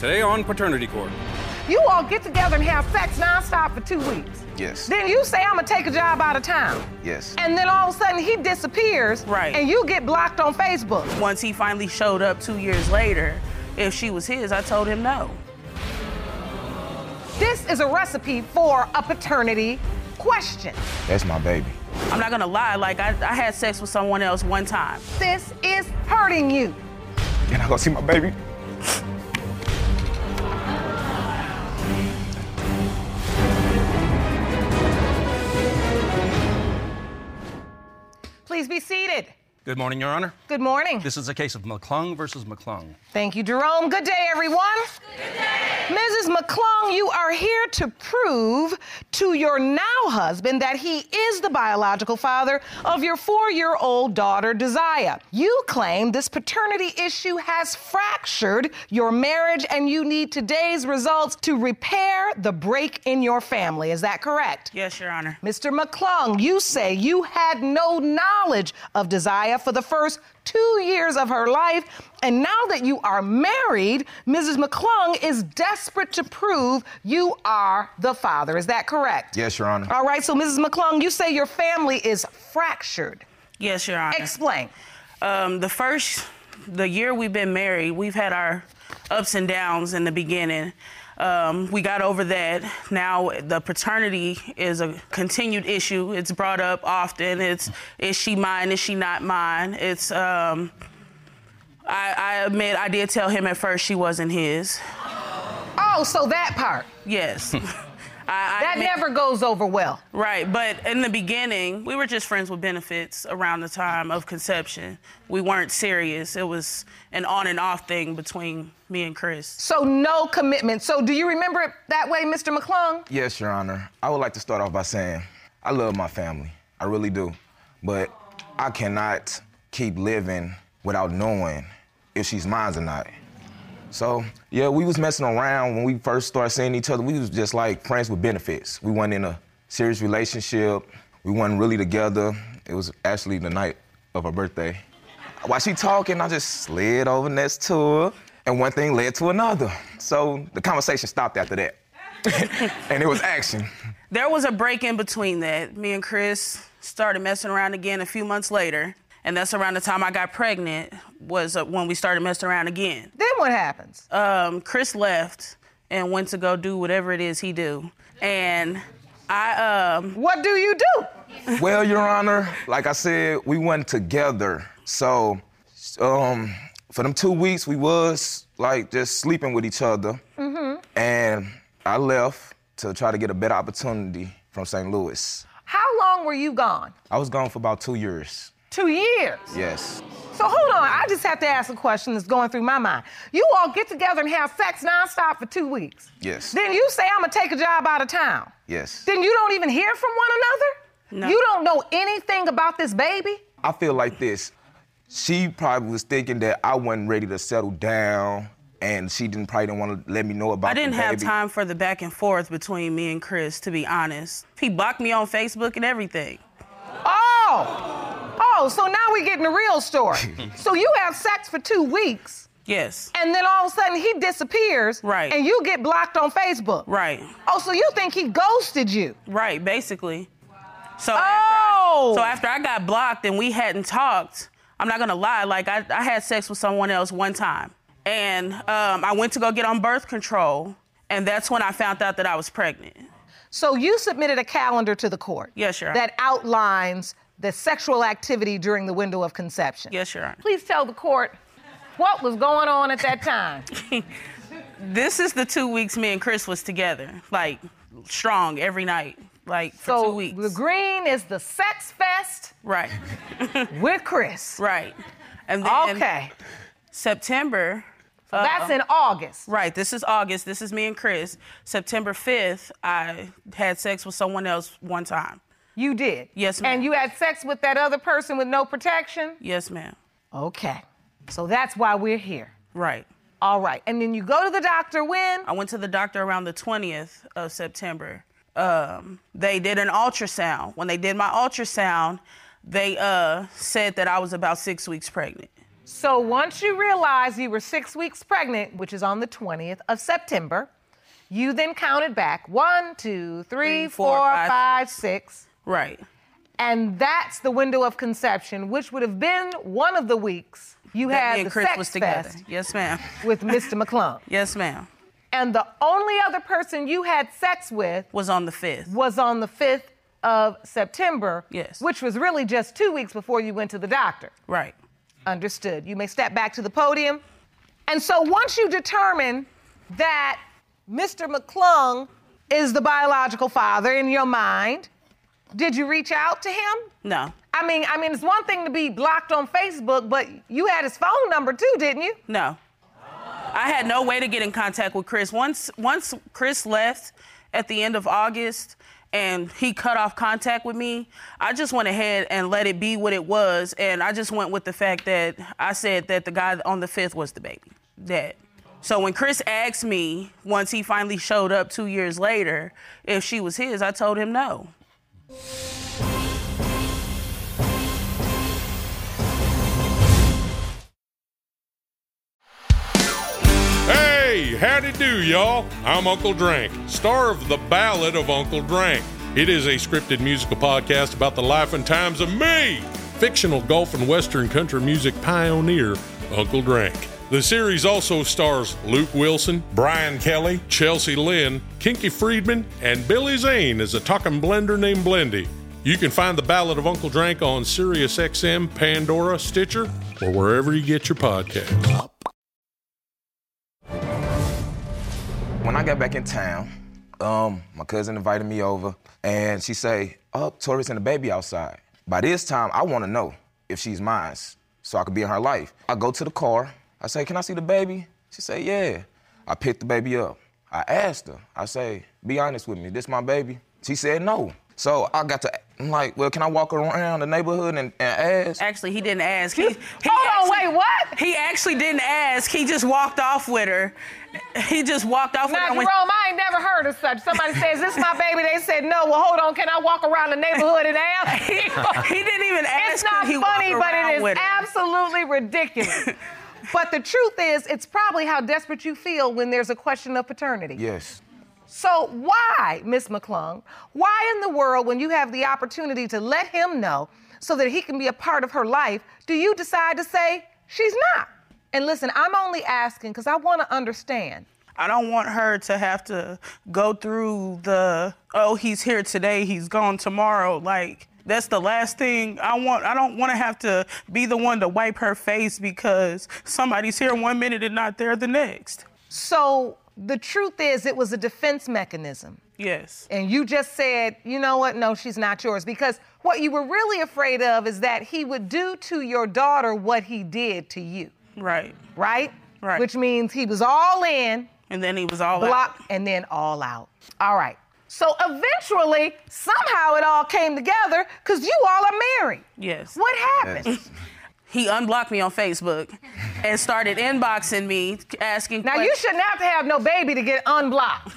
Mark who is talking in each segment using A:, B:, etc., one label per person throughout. A: Today on Paternity Court.
B: You all get together and have sex nonstop for two weeks.
C: Yes.
B: Then you say I'm gonna take a job out of town.
C: Yes.
B: And then all of a sudden he disappears.
D: Right.
B: And you get blocked on Facebook.
D: Once he finally showed up two years later, if she was his, I told him no.
B: This is a recipe for a paternity question.
C: That's my baby.
D: I'm not gonna lie, like I, I had sex with someone else one time.
B: This is hurting you.
C: Can I go see my baby?
B: Please be seated.
A: Good morning, Your Honor.
B: Good morning.
A: This is a case of McClung versus McClung.
B: Thank you, Jerome. Good day, everyone. Mrs. McClung, you are here to prove to your now husband that he is the biological father of your four year old daughter, Desire. You claim this paternity issue has fractured your marriage and you need today's results to repair the break in your family. Is that correct?
D: Yes, Your Honor.
B: Mr. McClung, you say you had no knowledge of Desire for the first two years of her life, and now that you are married, Mrs. McClung is desperate to prove you are the father. Is that correct?
C: Yes, Your Honor.
B: All right, so Mrs. McClung, you say your family is fractured.
D: Yes, Your Honor.
B: Explain.
D: um, the first, the year we've been married, we've had our ups and downs in the beginning. Um, we got over that. Now the paternity is a continued issue. It's brought up often. It's is she mine? Is she not mine? It's um, I, I admit I did tell him at first she wasn't his.
B: Oh, so that part.
D: Yes. I, I
B: That
D: admit-
B: never goes over well.
D: Right, but in the beginning, we were just friends with benefits around the time of conception. We weren't serious. It was an on and off thing between me and Chris.
B: So, no commitment. So, do you remember it that way, Mr. McClung?
C: Yes, Your Honor. I would like to start off by saying I love my family. I really do. But I cannot keep living without knowing if she's mine or not. So, yeah, we was messing around when we first started seeing each other. We was just like friends with benefits. We weren't in a serious relationship. We weren't really together. It was actually the night of her birthday. While she talking, I just slid over next to her, and one thing led to another. So the conversation stopped after that. and it was action.
D: There was a break in between that. Me and Chris started messing around again a few months later, and that's around the time I got pregnant was uh, when we started messing around again.
B: Then what happens?
D: um, Chris left and went to go do whatever it is he do, and I um,
B: what do you do?
C: Well, Your Honor, like I said, we went together. So, um, for them two weeks, we was like just sleeping with each other.
D: Mm-hmm.
C: And I left to try to get a better opportunity from St. Louis.
B: How long were you gone?
C: I was gone for about two years.
B: Two years.
C: Yes.
B: So hold on, I just have to ask a question that's going through my mind. You all get together and have sex nonstop for two weeks.
C: Yes.
B: Then you say I'm gonna take a job out of town.
C: Yes.
B: Then you don't even hear from one another.
D: No.
B: You don't know anything about this baby.
C: I feel like this. She probably was thinking that I wasn't ready to settle down, and she didn't probably didn't want to let me know about.
D: I didn't
C: the
D: have
C: baby.
D: time for the back and forth between me and Chris, to be honest. He blocked me on Facebook and everything.
B: Oh, oh, so now we're getting the real story. so you have sex for two weeks,
D: Yes.
B: and then all of a sudden he disappears.
D: Right.
B: And you get blocked on Facebook.
D: Right.
B: Oh, so you think he ghosted you?
D: Right, basically. So
B: Oh.
D: So after I got blocked and we hadn't talked, I'm not gonna lie, like I, I had sex with someone else one time. And um, I went to go get on birth control, and that's when I found out that I was pregnant.
B: So you submitted a calendar to the court.
D: Yes, Your Honor.
B: That outlines the sexual activity during the window of conception.
D: Yes, Your Honor.
B: Please tell the court what was going on at that time.
D: This is the two weeks me and Chris was together, like strong every night. like for
B: So
D: two weeks.
B: the green is the sex fest
D: right,
B: with Chris.
D: right. And then
B: Okay,
D: September. uh,
B: that's in August.
D: Right. This is August. This is me and Chris. September 5th, I had sex with someone else one time.
B: You did.
D: Yes, ma'am.
B: And you had sex with that other person with no protection.
D: Yes, ma'am.
B: Okay, so that's why we're here.
D: Right.
B: All right, and then you go to the doctor when?
D: I went to the doctor around the 20th of September. Um, they did an ultrasound. When they did my ultrasound, they uh, said that I was about six weeks pregnant.
B: So once you realized you were six weeks pregnant, which is on the 20th of September, you then counted back one, two, three,
D: Three,
B: four,
D: four, five,
B: five, six,
D: Right.
B: And that's the window of conception, which would have been one of the weeks you
D: That me
B: had
D: and
B: the
D: Chris
B: sex
D: was together.
B: fest
D: Yes, ma'am.
B: with Mr. McClung.
D: Yes, ma'am.
B: And the only other person you had sex with
D: Was on the 5th.
B: was on the 5th of September,
D: Yes.
B: which was really just two weeks before you went to the doctor.
D: Right.
B: Understood. You may step back to the podium. And so once you determine that Mr. McClung is the biological father in your mind, did you reach out to him?
D: No.
B: I mean, I mean, it's one thing to be blocked on Facebook, but you had his phone number too, didn't you?
D: No. I had no way to get in contact with Chris. Once once Chris left at the end of August and he cut off contact with me, I just went ahead and let it be what it was and I just went with the fact that I said that the guy on the 5th was the baby dad. So when Chris asked me once he finally showed up 2 years later if she was his, I told him no.
E: Hey, howdy do, y'all. I'm Uncle Drank, star of The Ballad of Uncle Drank. It is a scripted musical podcast about the life and times of me, fictional golf and western country music pioneer, Uncle Drank. The series also stars Luke Wilson, Brian Kelly, Chelsea Lynn, Kinky Friedman, and Billy Zane as a talking blender named Blendy. You can find The Ballad of Uncle Drank on SiriusXM, Pandora, Stitcher, or wherever you get your podcasts.
C: When I got back in town, um, my cousin invited me over, and she say, "Oh, Tori's and the baby outside." By this time, I want to know if she's mine, so I could be in her life. I go to the car. I say, "Can I see the baby?" She say, "Yeah." I pick the baby up. I asked her. I say, "Be honest with me, this my baby?" She said, "No." So I got to. I'm like, "Well, can I walk around the neighborhood and, and ask?"
D: Actually, he didn't ask. He, he
B: Hold on,
D: actually-
B: wait, what?
D: He actually didn't ask. He just walked off with her. He just walked off with
B: Now,
D: her.
B: Jerome,
D: when-
B: I ain't never heard of such. Somebody says, this my baby. They said, no. Well, hold on. Can I walk around the neighborhood and ask?
D: he, he didn't even ask.
B: It's
D: could
B: not
D: he walk
B: funny, but
D: around
B: it is
D: with her.
B: absolutely ridiculous. but the truth is, it's probably how desperate you feel when there's a question of paternity.
C: Yes.
B: So why, Miss McClung, why in the world, when you have the opportunity to let him know so that he can be a part of her life, do you decide to say she's not? And listen, I'm only asking because I want to understand.
D: I don't want her to have to go through the oh he's here today, he's gone tomorrow. Like that's the last thing I want. I don't want to have to be the one to wipe her face because somebody's here one minute and not there the next.
B: So the truth is, it was a defense mechanism.
D: Yes.
B: and you just said, you know what, no, she's not yours. Because what you were really afraid of is that he would do to your daughter what he did to you,
D: Right.
B: right?
D: Right.
B: Which means he was all in,
D: And then he was all out.
B: block, and then all out. All right. So eventually, somehow it all came together because you all are married.
D: Yes.
B: What happened?
D: he unblocked me on Facebook and started inboxing me asking
B: Now, you should not have to have no baby to get unblocked.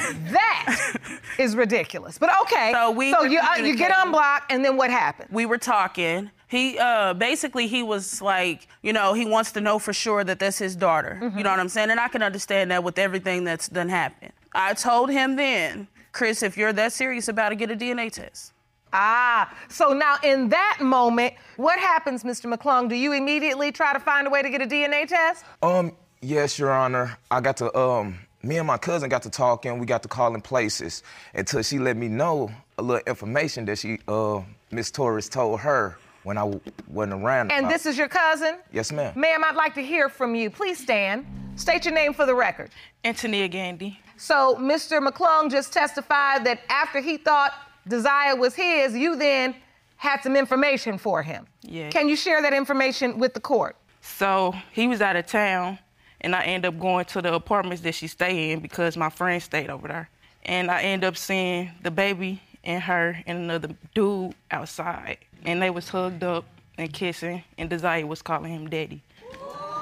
B: that is ridiculous. But okay.
D: So we
B: so
D: were
B: you, uh, you get
D: communicating.
B: unblocked, and then what happened?
D: we were talking. He uh, basically he was like, you know, he wants to know for sure that that's his daughter.
B: Mm-hmm.
D: You know what I'm saying? And I can understand that with everything that's done happened. I told him then, Chris, if you're that serious about it, get a DNA test.
B: Ah, so now in that moment, what happens, Mr. McClung? Do you immediately try to find a way to get a DNA test?
C: Um, yes, Your Honor. I got to, um, me and my cousin got to talking. We got to calling places until she let me know a little information that she, uh, Miss Torres told her when I w- wasn't around.
B: And
C: about-
B: this is your cousin?
C: Uh, Yes, ma'am.
B: Ma'am, I'd like to hear from you. Please stand. State your name for the record.
D: Antonia Gandy.
B: So Mr. McClung just testified that after he thought Desire was his, you then had some information for him.
F: Yes.
B: Can you share that information with the court?
F: So he was out of town, and I end up going to the apartments that she stayed in because my friend stayed over there. And I end up seeing the baby and her and another dude outside, and they was hugged up and kissing, and Desire was calling him daddy.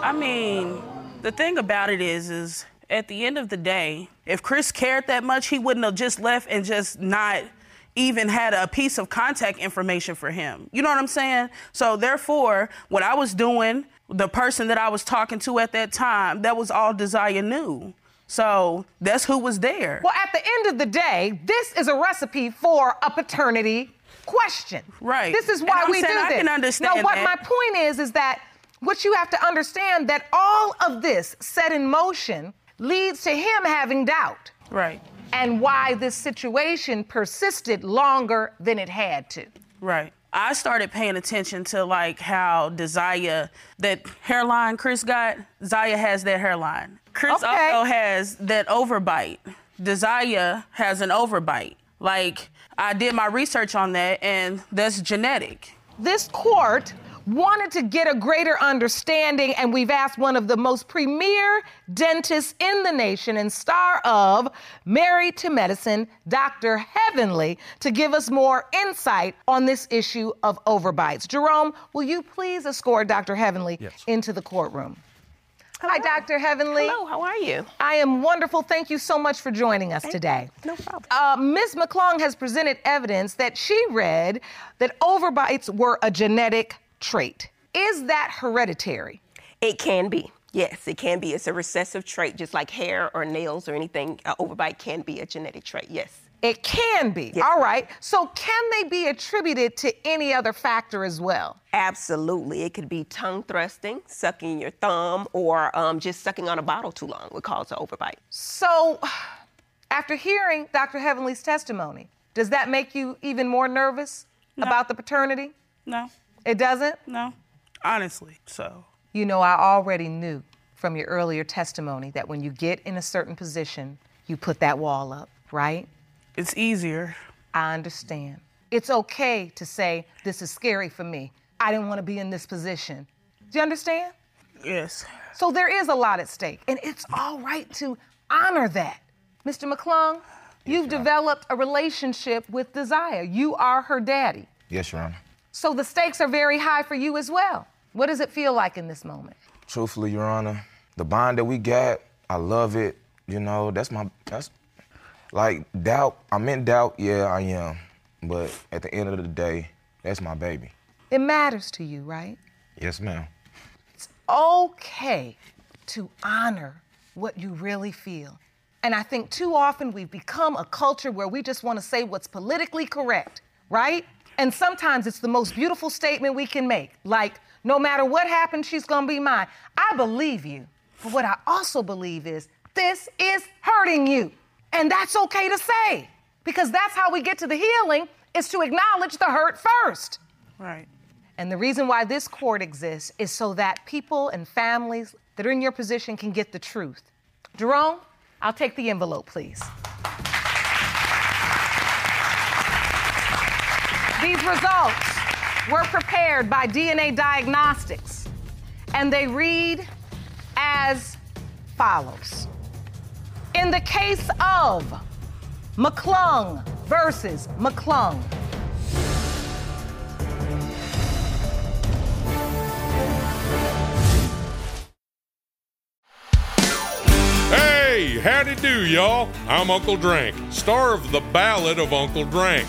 D: I mean, the thing about it is, is at the end of the day, if Chris cared that much, he wouldn't have just left and just not even had a piece of contact information for him. You know what I'm saying? So therefore, what I was doing, the person that I was talking to at that time, that was all Desire knew. So that's who was there.
B: Well, at the end of the day, this is a recipe for a paternity question.
D: Right.
B: This is
D: And
B: why
D: I'm
B: we do
D: saying
B: this.
D: I can understand
B: Now, what
D: that.
B: my point is is that what you have to understand that all of this set in motion leads to him having doubt
D: Right.
B: and why this situation persisted longer than it had to.
D: Right. I started paying attention to like how Desire that hairline Chris got, Zaya has that hairline. Chris
B: Okay.
D: also has that overbite. Desire has an overbite. Like I did my research on that and that's genetic.
B: this court wanted to get a greater understanding, and we've asked one of the most premier dentists in the nation and star of Married to Medicine, Dr. Heavenly, to give us more insight on this issue of overbites. Jerome, will you please escort Dr. Heavenly
A: Yes.
B: into the courtroom? Hi, Dr. Heavenly.
G: Hello, Oh, how are you?
B: I am wonderful. Thank you so much for joining us today.
G: No problem.
B: Uh, Ms. McClung has presented evidence that she read that overbites were a genetic trait. Is that hereditary?
G: It can be. Yes, it can be. It's a recessive trait, just like hair or nails or anything. Uh, overbite can be a genetic trait. Yes.
B: It can be.
G: Yes.
B: All right. So, can they be attributed to any other factor as well?
G: Absolutely. It could be tongue thrusting, sucking your thumb, or um, just sucking on a bottle too long would cause an overbite.
B: So, after hearing Dr. Heavenly's testimony, does that make you even more nervous about the paternity?
D: No.
B: It doesn't?
D: No. Honestly. So
B: You know, I already knew from your earlier testimony that when you get in a certain position, you put that wall up, right?
D: it's easier.
B: I understand. It's okay to say, this is scary for me. I didn't want to be in this position. Do you understand?
D: Yes.
B: So there is a lot at stake, and it's all right to honor that. Mr. McClung, you've developed a relationship with Desire. You are her daddy.
C: Yes, Your Honor.
B: So the stakes are very high for you as well. What does it feel like in this moment?
C: Truthfully, Your Honor, the bond that we got, I love it. You know, that's my that's like doubt. I meant doubt. Yeah, I am. But at the end of the day, that's my baby.
B: It matters to you, right?
C: Yes, ma'am.
B: okay to honor what you really feel. And I think too often we've become a culture where we just want to say what's politically correct, right? And sometimes it's the most beautiful statement we can make, like, no matter what happens, she's going to be mine. I believe you. But what I also believe is this is hurting you. And that's okay to say, because that's how we get to the healing is to acknowledge the hurt first.
D: Right.
B: And the reason why this court exists is so that people and families that are in your position can get the truth. Jerome, I'll take the envelope, please. These results were prepared by DNA Diagnostics, and they read as follows. In the case of McClung versus McClung,
E: Hey, howdy do, y'all. I'm Uncle Drank, star of The Ballad of Uncle Drank.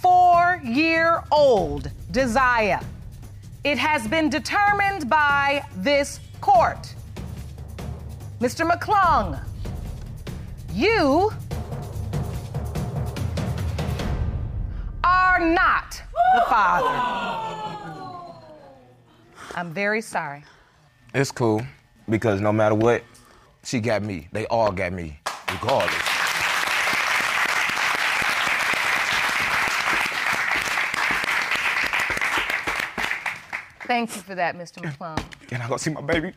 B: four year old Desire. It has been determined by this court. Mr. McClung, you are not the father. I'm very sorry.
C: It's cool because no matter what, she got me. They all got me, regardless.
B: Thank you for that, Mr. McClung.
C: Can I go see my baby?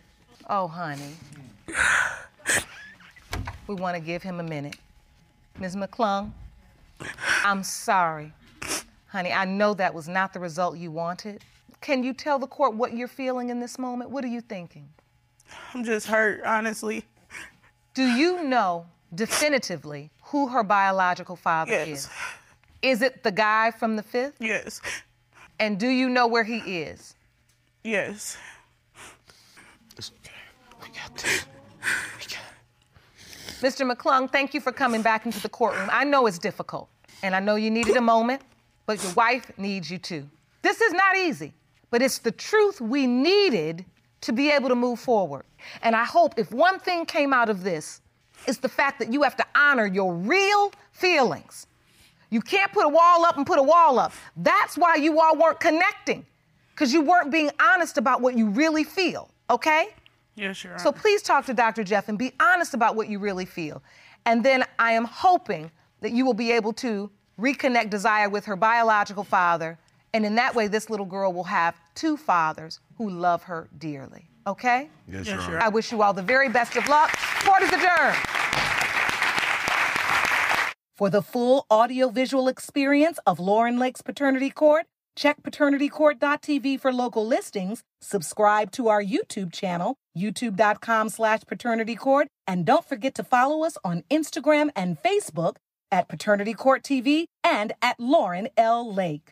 B: Oh, honey. We want to give him a minute. Ms. McClung, I'm sorry. Honey, I know that was not the result you wanted. Can you tell the court what you're feeling in this moment? What are you thinking?
D: I'm just hurt, honestly.
B: Do you know definitively who her biological father
D: Yes.
B: is? Is it the guy from the fifth?
D: Yes.
B: And do you know where he is?
D: Yes.
B: Mr. McClung, thank you for coming back into the courtroom. I know it's difficult, and I know you needed a moment, but your wife needs you too. This is not easy, but it's the truth we needed to be able to move forward. And I hope if one thing came out of this, it's the fact that you have to honor your real feelings. You can't put a wall up and put a wall up. That's why you all weren't connecting, because you weren't being honest about what you really feel, okay?
D: Yes, Your Honor.
B: So please talk to Dr. Jeff and be honest about what you really feel. And then I am hoping that you will be able to reconnect Desire with her biological father. And in that way, this little girl will have two fathers who love her dearly. Okay?
D: yes, Your Honor.
B: I wish you all the very best of luck. Court is adjourned.
H: For the full audiovisual experience of Lauren Lake's Paternity Court, check paternitycourt.tv for local listings, subscribe to our YouTube channel, youtube.com slash paternitycourt, and don't forget to follow us on Instagram and Facebook at Paternity Court TV and at Lauren L. Lake.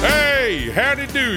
E: Hey, howdy do,